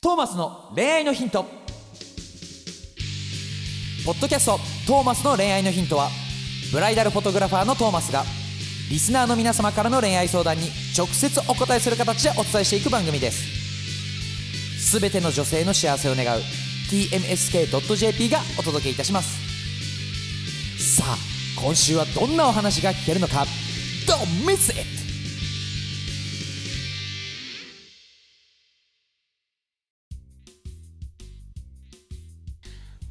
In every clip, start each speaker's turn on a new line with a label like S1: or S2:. S1: トーマスの恋愛のヒントポッドキャスト「トーマスの恋愛のヒントは」ブライダルフォトグラファーのトーマスがリスナーの皆様からの恋愛相談に直接お答えする形でお伝えしていく番組ですすべての女性の幸せを願う TMSK.jp がお届けいたしますさあ今週はどんなお話が聞けるのか Don't miss it!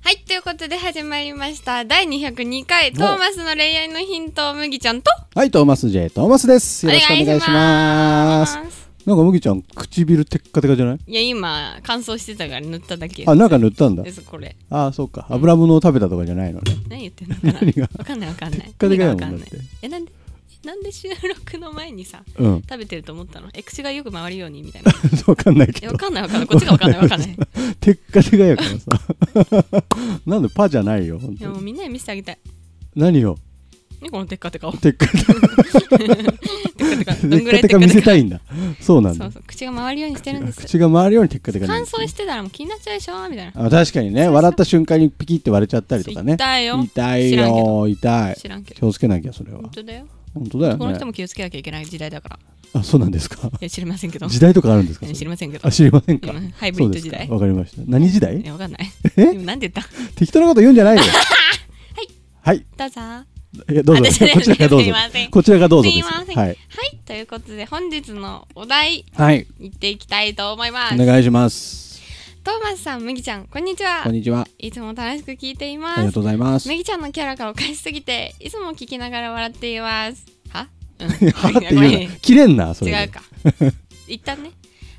S2: はい、ということで始まりました第202回
S3: お
S2: トーマスの恋愛のヒント麦ちゃんと
S3: はい、トーマス J. トーマスです。よろしくお願いします。なんか麦ちゃん、唇テッカテカじゃない。
S2: いや今乾燥してたから塗っただけ
S3: あ、なんか塗ったんだ
S2: で。すこれ
S3: あー、そうか。油物を食べたとかじゃないのね。
S2: 何言ってんのかな
S3: 何が
S2: わかんないわかんない
S3: っかでかいもん
S2: 何がわか
S3: だって
S2: いえなんでなんで収録の前にさ
S3: うん。
S2: 食べてると思ったのえ口がよく回るようにみたい な
S3: わかんないけ
S2: え
S3: ど
S2: わ。かんないわかんないこっちがわかんないわかんないい
S3: テッカテカやからさ。 なんでパじゃないよ。本
S2: や
S3: 当
S2: もう
S3: に
S2: みんなに見せてあげたい
S3: 何を。
S2: ねこのテッカテカをテ
S3: テッカテカ。
S2: ッカテカ
S3: テ
S2: どん
S3: ッ
S2: ぐら
S3: カ
S2: いテ
S3: テカ
S2: ッカ
S3: 見せ
S2: テカ
S3: たいんだ。そうなん
S2: そ
S3: だ
S2: う。そう口が回るようにしてるんです
S3: 口が回るようにテッカテカな
S2: 乾
S3: んですね
S2: 燥してたらもう気になっちゃうでしょみたいな
S3: あ確かにね笑った瞬間にピキって割れちゃったりとかね
S2: 痛いよ
S3: 痛い
S2: 知らんけ
S3: よ痛い
S2: 知らんけど
S3: 気をつけなきゃそれは
S2: 本当だよ
S3: 本当だよ
S2: この人
S3: ね
S2: も気をつけなきゃいけない時代だから
S3: あそうなんですか
S2: いや知りませんけど
S3: 時代とかあるんですかそれ
S2: 知りませんけど
S3: あ知りませんか
S2: うんハイブリッド時
S3: そうで
S2: 代
S3: すかわかりました何時代
S2: いやわかんない
S3: え
S2: 今なんて言っ
S3: 適当なこと言うんじゃないよはい
S2: たどうぞ
S3: いやどうぞ
S2: あ
S3: こ
S2: 私ね
S3: ちらがどう
S2: す
S3: ぞ
S2: いません
S3: こちらがどうぞ
S2: すい
S3: です
S2: ません
S3: はい
S2: はいということで本日のお題
S3: はい
S2: いっていきたいと思います
S3: お願いします
S2: トーマスさん麦ちゃんこんにちは
S3: こんにちはあ
S2: いつも楽しく聞いていま
S3: りが
S2: す
S3: とうございます
S2: 麦ちゃんのキャラがおかしすぎていつも聞きながら笑っていますは、うん、
S3: はって
S2: ごめ
S3: 言うんな切れんなそれで
S2: 違うか一旦ね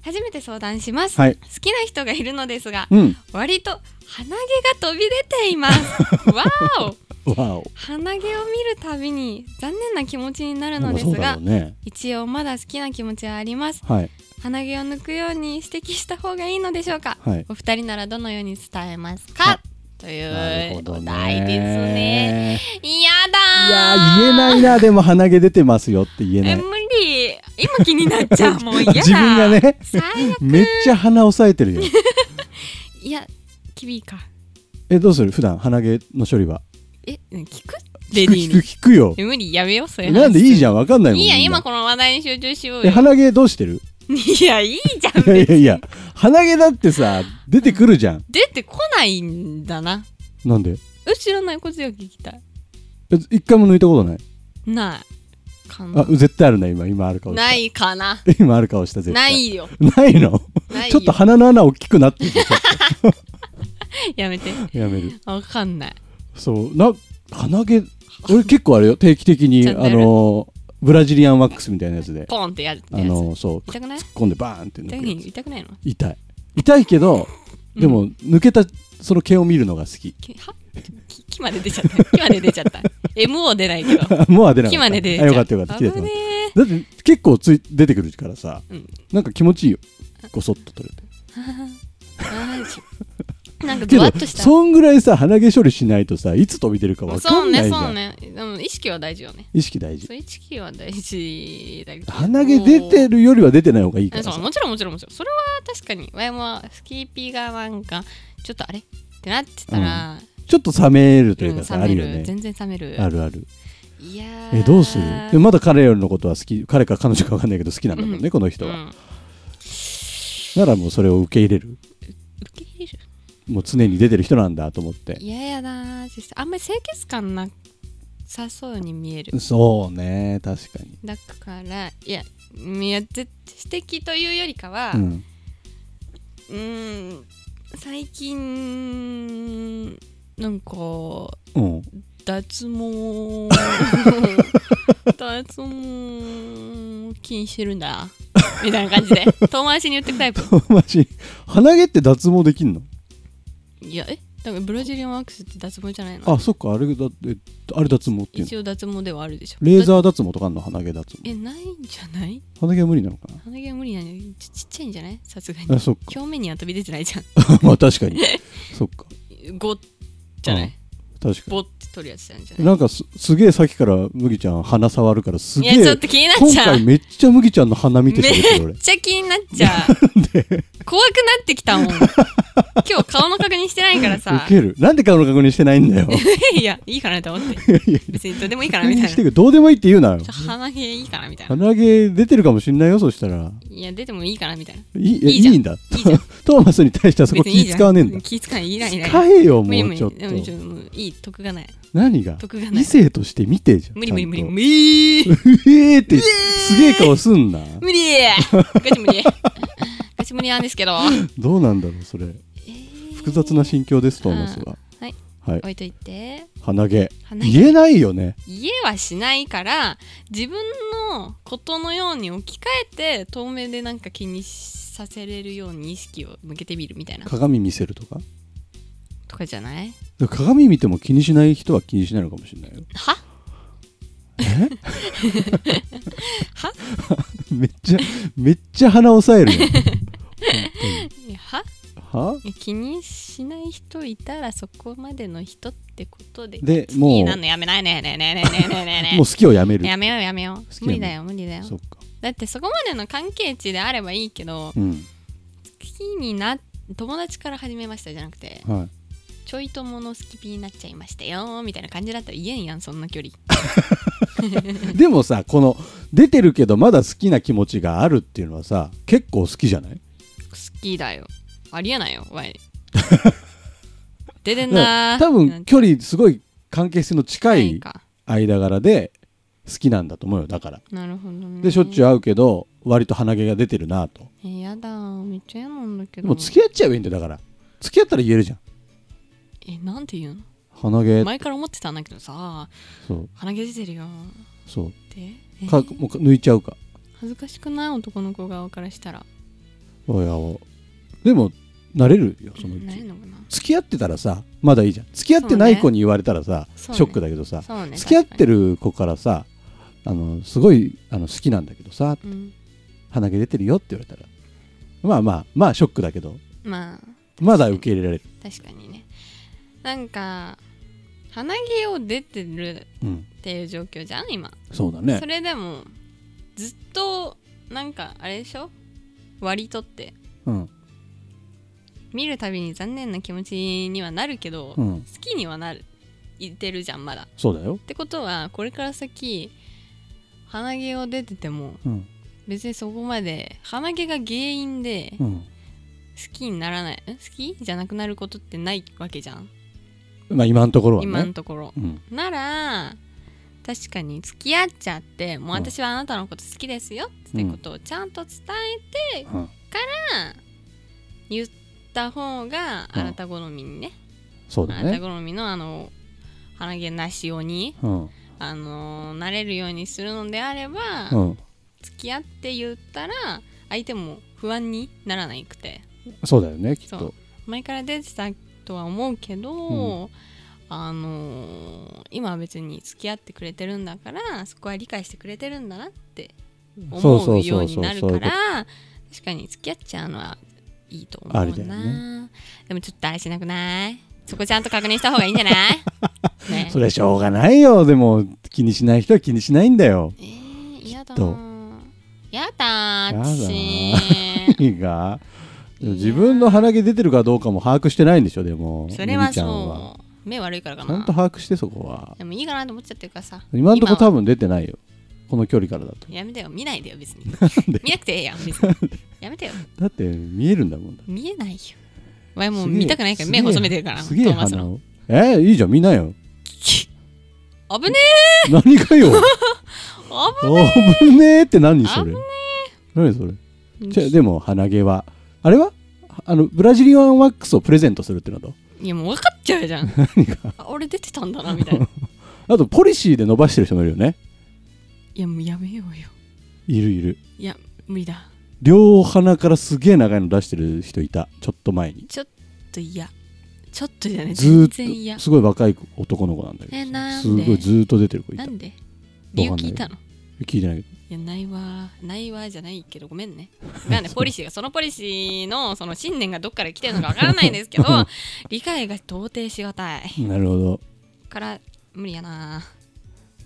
S2: 初めて相談します、
S3: はい
S2: 好きな人がいるのですが、
S3: うん
S2: 割と鼻毛が飛び出ています わーお
S3: わお
S2: 鼻毛を見るたびに残念な気持ちになるの
S3: まあ
S2: です
S3: そうだ
S2: が
S3: ろうね
S2: 一応まだ好きな気持ちはあります
S3: はい
S2: 鼻毛を抜くように指摘した方がいいのでしょうか、
S3: はい
S2: お二人ならどのように伝えます
S3: は
S2: かとい
S3: なる
S2: う
S3: ほ
S2: お
S3: ど
S2: 題ですねや
S3: い
S2: だ
S3: や
S2: ー
S3: ー言えないなでも鼻毛出てますよって言え
S2: え
S3: ない
S2: 無理今気になっち ゃうもう嫌だ
S3: 自分 がね
S2: 最悪
S3: めっちゃ鼻押さえてるよ
S2: いや厳しいか
S3: えどうする普段鼻毛の処理は
S2: えうん聞くレデ
S3: 聞く
S2: ィー
S3: 聞く聞くよ
S2: に無理やめようそういう話
S3: なんでいいじゃんわかんないもん
S2: いいや
S3: みんな
S2: 今この話題に集中しよう
S3: え
S2: よ
S3: 鼻毛どうしてる
S2: いやいいじゃん
S3: いやい
S2: 別
S3: や
S2: に
S3: いや鼻毛だってさ出てくるじゃん
S2: 出てこないんだな
S3: なんで
S2: え知らないことよ聞きたい
S3: え一回も抜いたことない
S2: ないか
S3: あ
S2: な
S3: 絶対あるね今今ある顔した
S2: ないかな
S3: 今ある顔した絶
S2: な
S3: 対
S2: いよ
S3: ないの
S2: ない
S3: ち
S2: よ
S3: ょっと鼻の穴大きく なってる
S2: やめて
S3: やめる
S2: わかんない
S3: そうな 鼻毛俺結構あれよ定期的に
S2: チャ
S3: あ
S2: ンネル
S3: のーブラジリアンワックスみたいなやつで
S2: ポンってやるって
S3: あ
S2: やつ
S3: のーそう
S2: 痛くない
S3: 突っ込んでバーンって
S2: 痛
S3: 抜
S2: く
S3: く
S2: ない
S3: やつ
S2: 痛くないの
S3: 痛い痛いけどでも抜けたその毛を見るのが好き
S2: きはき木まで出ちゃった木まで出ちゃった MO 出ないけど
S3: もうは出なか
S2: 木
S3: った
S2: まで出ち
S3: あ
S2: ゃ
S3: よ
S2: った
S3: かったよかった切れて
S2: 危
S3: な
S2: ね
S3: かっただって結構つい出てくるからさ、
S2: うん
S3: なんか気持ちいいよごそっと取れて
S2: えあーしなんか
S3: け
S2: ドワッ
S3: ど
S2: とした
S3: そんぐらいさ鼻毛処理しないとさいつ飛び出るかわかんないじゃん、
S2: そうねそうねでも意識は大事よね
S3: 意識大事
S2: そう意識は大事だけど
S3: 鼻毛出てるよりは出てない方がいいから
S2: そう
S3: さ
S2: もちろんもちろんもちろんそれは確かにワイもスキーピーがなんかちょっとあれってなってたら、
S3: ちょっと冷めると
S2: う
S3: い
S2: ん
S3: うかさ、あ
S2: 冷め
S3: る
S2: る
S3: よね
S2: 全然冷める
S3: あるある
S2: いやー
S3: えどうするでまだ彼のことは好き彼か彼女かわかんないけど好きなんだもんね、
S2: うん
S3: この人
S2: う
S3: は、
S2: ん、
S3: ならもうそれを受け入れる
S2: 受け入れる
S3: もう常に出てる人なんだと思って
S2: いややなー実際あんまり清潔感なさそうに見える
S3: そうね確かに
S2: だからいやいや絶指摘というよりかは、
S3: うん
S2: うーん最近なんか
S3: うん
S2: 脱毛脱毛禁止してるんだ みたいな感じで遠回しに言ってくタイプ
S3: マジ鼻毛って脱毛できんの
S2: いやえだからブラジリアンワックスって脱毛じゃないの
S3: あそっかあれだえあれ脱毛っていうの
S2: 一応脱毛ではあるでしょ
S3: レー
S2: だ
S3: ザー脱毛とかあんの鼻毛脱毛
S2: えないんじゃない
S3: 鼻毛は無理なのか
S2: 鼻毛は無理なのよちちっちゃいんじゃないさすがに
S3: なあそっか
S2: 表面には飛び出てないじゃん
S3: まあ確かにそっか
S2: 5じゃない
S3: 確か
S2: ボッて取るやつなんじゃ
S3: に
S2: ない
S3: なんかすすげえさっきから麦ちゃん鼻触るからすげ
S2: いやちょ
S3: え
S2: っと気になっち
S3: 今
S2: ゃう
S3: 回めっちゃ麦ちゃんの鼻見て
S2: め
S3: 喋ってる俺
S2: っちゃ気になっちゃう 怖くなってきたもん今日顔の確認してないからさ
S3: ウケるなんで顔の確認してないん だよ
S2: いやいいかなと思って
S3: いやいや
S2: 別にどうでもいいかな
S3: 確
S2: みた
S3: 認
S2: い
S3: して
S2: な
S3: くどうでもいいって言う なよ
S2: 鼻毛いいかなみたいな
S3: 鼻毛出てるかもしんないよそしたら
S2: いや出てもいいかなみたいない
S3: い
S2: いいじゃん
S3: いいんだ
S2: いいじゃん
S3: トーマスに対してはそこ
S2: 別にいい
S3: 気
S2: じゃん
S3: 使わねえんだ
S2: 気使わないいらないいらない
S3: 使えよ
S2: 無理無
S3: もう
S2: 理
S3: ちょっ
S2: でもち
S3: と
S2: ょっともういい得がない
S3: 何が
S2: 得がない
S3: 異性として見てじゃん
S2: 無理無理無理無
S3: 理
S2: 理
S3: えーってすげえ顔す んな
S2: 無理ガチ無理 ガチ無理なんですけど
S3: どうなんだろうそれ 複雑な心境ですトーマスは
S2: はい
S3: はい
S2: 置いといて
S3: 鼻毛
S2: 鼻毛
S3: 言えないよね
S2: 家はしないから自分のことのように置き換えて透明でなんか気にさせれるように意識を向けてみるみたいな
S3: 鏡見せるとか
S2: とかじゃない
S3: 鏡見ても気にしない人は気にしないのかもしれないよ
S2: は
S3: めっちゃめっちゃ鼻押さえる よ本
S2: いやは
S3: 当にはい
S2: や気にしない人いたらそこまでの人ってことで
S3: で
S2: もうい
S3: も
S2: いうなのやめないねえねえねえねえねえねえねえね
S3: もう好きをやめる
S2: えやめようやめよ
S3: 好き
S2: う無
S3: なの
S2: 理だよ無理だよ
S3: そっか
S2: だってそこまでの関係値であればいいけど
S3: うん
S2: 好きにな友達から始めましたじゃなくて
S3: はい
S2: ちょい友の好きピになっちゃいましたよみたいな感じだったら言えんやんそんな距離
S3: でもさこの出てるけどまだ好きな気持ちがあるっていうのはさ結構好きじゃない
S2: 好きだよありえないよわい出て
S3: だ
S2: ん
S3: か
S2: な
S3: ら多
S2: なん
S3: 分
S2: て
S3: 距離すごい関係性の近
S2: ない
S3: い
S2: か
S3: 間柄で好きなんだと思うよだから
S2: なるほどね
S3: でしょっちゅ
S2: う
S3: う会うけど割と鼻毛が出てるなと
S2: やだめっちゃ嫌なんだけ
S3: で
S2: ど
S3: も付き合っちゃえばいいんだよだから付き合ったら言えるじゃん
S2: えなんて言うの
S3: 鼻毛
S2: 前から思ってたんだけどさ
S3: そう
S2: 鼻毛出てるよっ
S3: そ
S2: てえ
S3: うかもうか抜いちゃうか
S2: 恥ずかしくない男の子側からしたら
S3: おやおでも慣れるよそのう
S2: ない
S3: ち
S2: のかな
S3: 付き合ってたらさまだいいじゃん付き合ってない子に言われたらさ、シ
S2: そうね
S3: ョックだけどさ、
S2: そうね
S3: 付き合って
S2: る、
S3: る子からさあのすごいあの好きなんだけどさ
S2: うん、
S3: 鼻毛出てるよって言われたらまあまあまあショックだけど
S2: まあ
S3: まだ受け入れられる、
S2: 確かにねなんか鼻毛を出てる
S3: うん、
S2: っていう状況じゃん今
S3: そうだね
S2: それでもずっとなんかあれでしょ割り取って
S3: うん
S2: 見るたびに残念な気持ちにはなるけど、
S3: う
S2: 好
S3: ん
S2: きにはなるいてるじゃんまだっ
S3: そうだよ、
S2: てことはこれから先鼻毛を出てても
S3: うん
S2: 別にそこまで鼻毛が原因で
S3: う
S2: 好
S3: ん、
S2: きにならない、ん好きじゃなくなることってないわけじゃん、
S3: まあ今のところはね
S2: 今のところ
S3: うん
S2: なら確かに付き合っちゃってもう私はあなたのこと好きですよってことをちゃんと伝え
S3: うん、
S2: 言った方が
S3: うん
S2: あなた好みにね、
S3: そう
S2: あ
S3: だ
S2: なた
S3: ね、
S2: 好みのあの鼻毛なし用に、
S3: うん
S2: あのなれるようにするのであれば、
S3: うん、
S2: 付き合って言ったら相手も不安にならないくて
S3: そうだよねきっ
S2: そ
S3: と
S2: う前から出てたとは思うけど、あの今は別に付き合ってくれてるんだからそこは理解してくれてるんだなって
S3: そう
S2: 思
S3: そう
S2: よ
S3: うそうう
S2: に
S3: そう
S2: なる
S3: そ
S2: か
S3: ういうこと
S2: ら確かに付き合っちゃうのはいいと思
S3: あ
S2: う
S3: り
S2: な、
S3: だよね
S2: でもちょっとあれしなくないそこちゃんと確認した方がいいん じゃないね
S3: それしょうがないよでも気にしない人は気にしないんだよ
S2: えー、嫌だ
S3: きっと
S2: やだ
S3: やだ
S2: 私
S3: いいかでも自分の鼻毛出てるかどうかも把握してないんでしょでも
S2: それは
S3: 麦ちゃんは
S2: そう目悪いからか
S3: ちゃん
S2: な
S3: と把握してそこは
S2: でもいいかなと思っちゃってるからさ
S3: 今のところ多
S2: は
S3: 分出てないよこの距離からだと
S2: やめてよ見ないでよ別 に
S3: で
S2: 見なくてええやん別に やめてよ
S3: だって見えるんだもんだ
S2: 見えないよわいもう
S3: すげえ
S2: 見たくないから目細めてるから
S3: すげえすげえ
S2: トーマス
S3: 鼻
S2: の
S3: をえー、いいじゃん見なよ
S2: 危ね
S3: 何かよ
S2: え危
S3: 危ねえって何そ
S2: 危
S3: れ
S2: ね
S3: 何それじゃ
S2: ね
S3: でも鼻毛はあれはあのブラジリアンワックスをプレゼントするってのと
S2: えいやもう分かっちゃう じゃんあ俺出てたんだなみたいな
S3: あとポリシーで伸ばしてる人もいるよね
S2: いやもうやめようよ
S3: いるいる
S2: いや無理だ
S3: 両鼻からすげえ長いの出してる人いたちょっと前に
S2: ちょっと嫌ちょっとじゃない
S3: ずー
S2: 全
S3: っと
S2: 然嫌
S3: すごい若い男の子なんだけど
S2: えなん
S3: す
S2: で
S3: ごいずーっと出てる子い
S2: な
S3: た
S2: んで理由聞いたの
S3: 聞いてないけど
S2: いやないわないわじゃないけどごめんねなんでポリシーがそのポリシーのその信念がどっから来てるのかわからないんですけど理解が到底しがたい
S3: なるほど
S2: から無理やな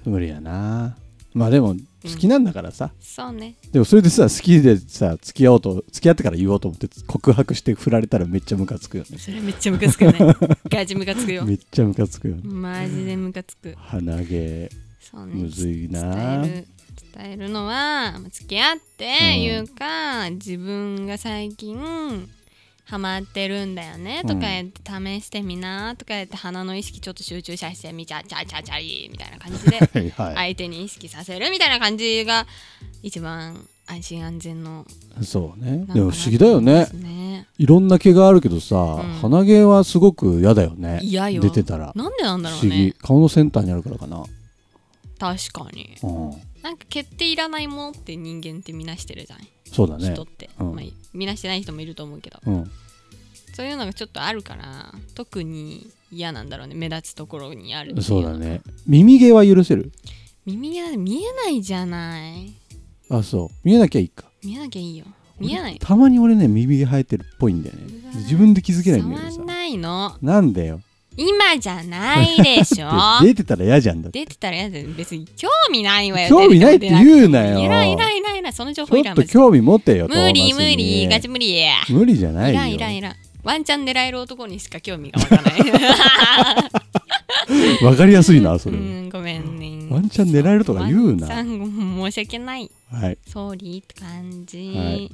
S3: 無理やなまあでも好きなんだからさ、
S2: そうね
S3: でもそれでさ好きでさ付き合おうと付き合ってから言おうと思って告白して振られたらめっちゃムカつくよね
S2: それめっちゃムカつくよ ねガチムカつくよ
S3: めっちゃムカつくよね
S2: マジでムカつく
S3: 鼻毛
S2: そうね
S3: むずいな
S2: 伝える伝えるのはまあ付き合っていうか、自分が最近ハマってるんだよねとか言って試してみなとか言って鼻の意識ちょっと集中させてみちゃちゃちゃちゃりみたいな感じで
S3: はいはい、
S2: 相手に意識させるみたいな感じが一番安心安全の
S3: そう
S2: な
S3: ね
S2: んかな
S3: でも不思議だよね
S2: と思いますね
S3: いろんな毛があるけどさ、鼻毛はすごく嫌だよね
S2: 嫌よ
S3: 出てたら
S2: なんでなん
S3: 不
S2: だろ
S3: 思
S2: うね
S3: 議顔のセンターにあるからかな、
S2: 確かに
S3: うん、
S2: なんか毛っていらないものって人間ってみなしてるじゃない、
S3: そうだね
S2: 人って、
S3: うん
S2: まあ、みなしてない人もいると思うけど
S3: うん
S2: そういうのがちょっとあるから特に嫌なんだろうね目立つところにあるってい
S3: そう
S2: のが
S3: だね耳毛は許せる
S2: 耳が見えないじゃない
S3: あそう見えなきゃいいか
S2: 見えなきゃいいよ見えない
S3: たまに俺ね耳毛生えてるっぽいんだよね
S2: うわ
S3: 自分で気づけないんだけど
S2: 触
S3: さ
S2: んないの
S3: なんだよ
S2: 今じゃないでしょ
S3: で出てたら嫌じゃんだって
S2: 出てたら嫌だよ別に興味ないわよ
S3: 興味ないって言
S2: 出て
S3: うなよ
S2: も出なくてもいらんいらんいらんいらんその情
S3: ち
S2: 報い
S3: ょ
S2: ら
S3: っ
S2: ん
S3: と
S2: 別に
S3: 興味持てよトーマ
S2: 無
S3: スに
S2: 理無理ガチ無理い
S3: 無理じゃないよ
S2: らんいらんいらんワンチャン狙える男にしか興味がわからな い
S3: わかりやすいなそうれ、
S2: んごめんね
S3: ワンチャン狙えるとか言うな
S2: ワンチャン申し訳ない
S3: はい
S2: ソーリーって感じ、
S3: はい
S2: っ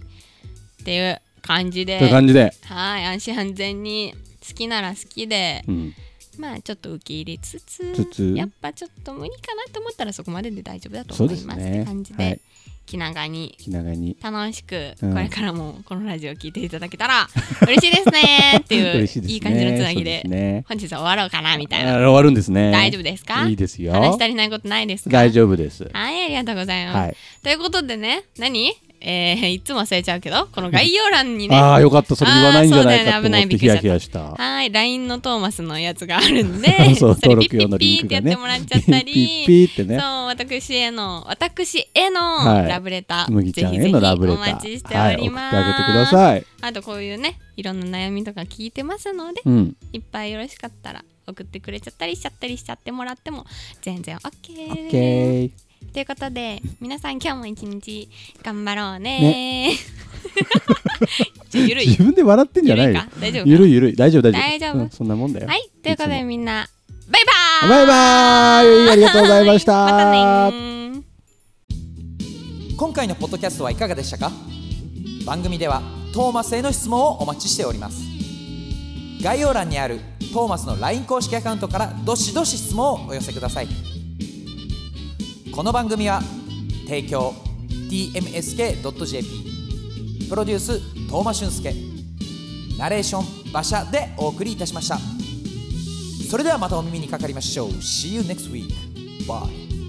S2: ていう感じで
S3: という感じで、
S2: はい安心安全に好きなら好きで
S3: うん、
S2: まあちょっと受け入れつつ
S3: つつ
S2: やっぱちょっと無理かなと思ったらそこまでで大丈夫だと
S3: そう
S2: 思
S3: で
S2: い
S3: す
S2: ます
S3: ね
S2: って感じで、
S3: はい
S2: 気長に
S3: 気長に
S2: 楽しく
S3: うん
S2: これからもこのラジオを聞いていただけた ら嬉しいですねっていう
S3: 嬉しいですね
S2: い感じのつなぎで
S3: そうすね
S2: 本日は終わろうかなみたい
S3: あ
S2: な
S3: 終わるんですね
S2: 大丈夫ですか
S3: いいですよ
S2: 話し足りないことないですか
S3: 大丈夫です
S2: はいありがとうございます、
S3: はい
S2: ということでね何えー、いつも忘れちゃうけどこの概要欄にね
S3: あ
S2: は
S3: あよかったそれ言わないんじゃない
S2: あーそう
S3: かと
S2: だよね危ない
S3: 思ってヒ
S2: びっ
S3: ヤ
S2: くりしちゃった
S3: ヒヤした
S2: ーい LINE のトーマスのやつがあるんで
S3: そう
S2: れ
S3: 登
S2: ピッ
S3: 録
S2: ピ
S3: 用
S2: ッ
S3: の
S2: ピ
S3: リ
S2: ー
S3: ン
S2: っ
S3: ク
S2: てやっ
S3: が
S2: て
S3: ね
S2: もらっちゃったり
S3: ピッピーってね
S2: そう私への私への
S3: はい
S2: ラブレター、
S3: 麦ちゃんへのラブレター
S2: ぜひぜひお待ちしております、
S3: はい、送ってあげてください、
S2: あとこういうねいろんな悩みとか聞いてますので
S3: うん、
S2: いっぱいよろしかったら送ってくれちゃったりしちゃったりしちゃってもらっても全然 OK
S3: オッケー
S2: ということで皆さん今日も一日頑張ろうね
S3: ね
S2: ちょゆるい
S3: 自分で笑ってんじゃ
S2: ゆる
S3: ない
S2: い
S3: よ
S2: か大丈夫か
S3: ゆるいゆるい大丈夫大丈夫
S2: 大丈夫
S3: うんそんなもんだよ
S2: はいということで
S3: いつも
S2: みんなバイバーイ
S3: バイバーイありがとうございました
S2: はまたねー
S1: 今回のポッドキャストはいかがでしたか番組ではトーマスへの質問をお待ちしております概要欄にあるトーマスの LINE 公式アカウントからどしどし質問をお寄せくださいこの番組は提供 tmsk.jp プロデューストーマ俊介ナレーション馬車でお送りいたしましたそれではまたお耳にかかりましょう See you next week Bye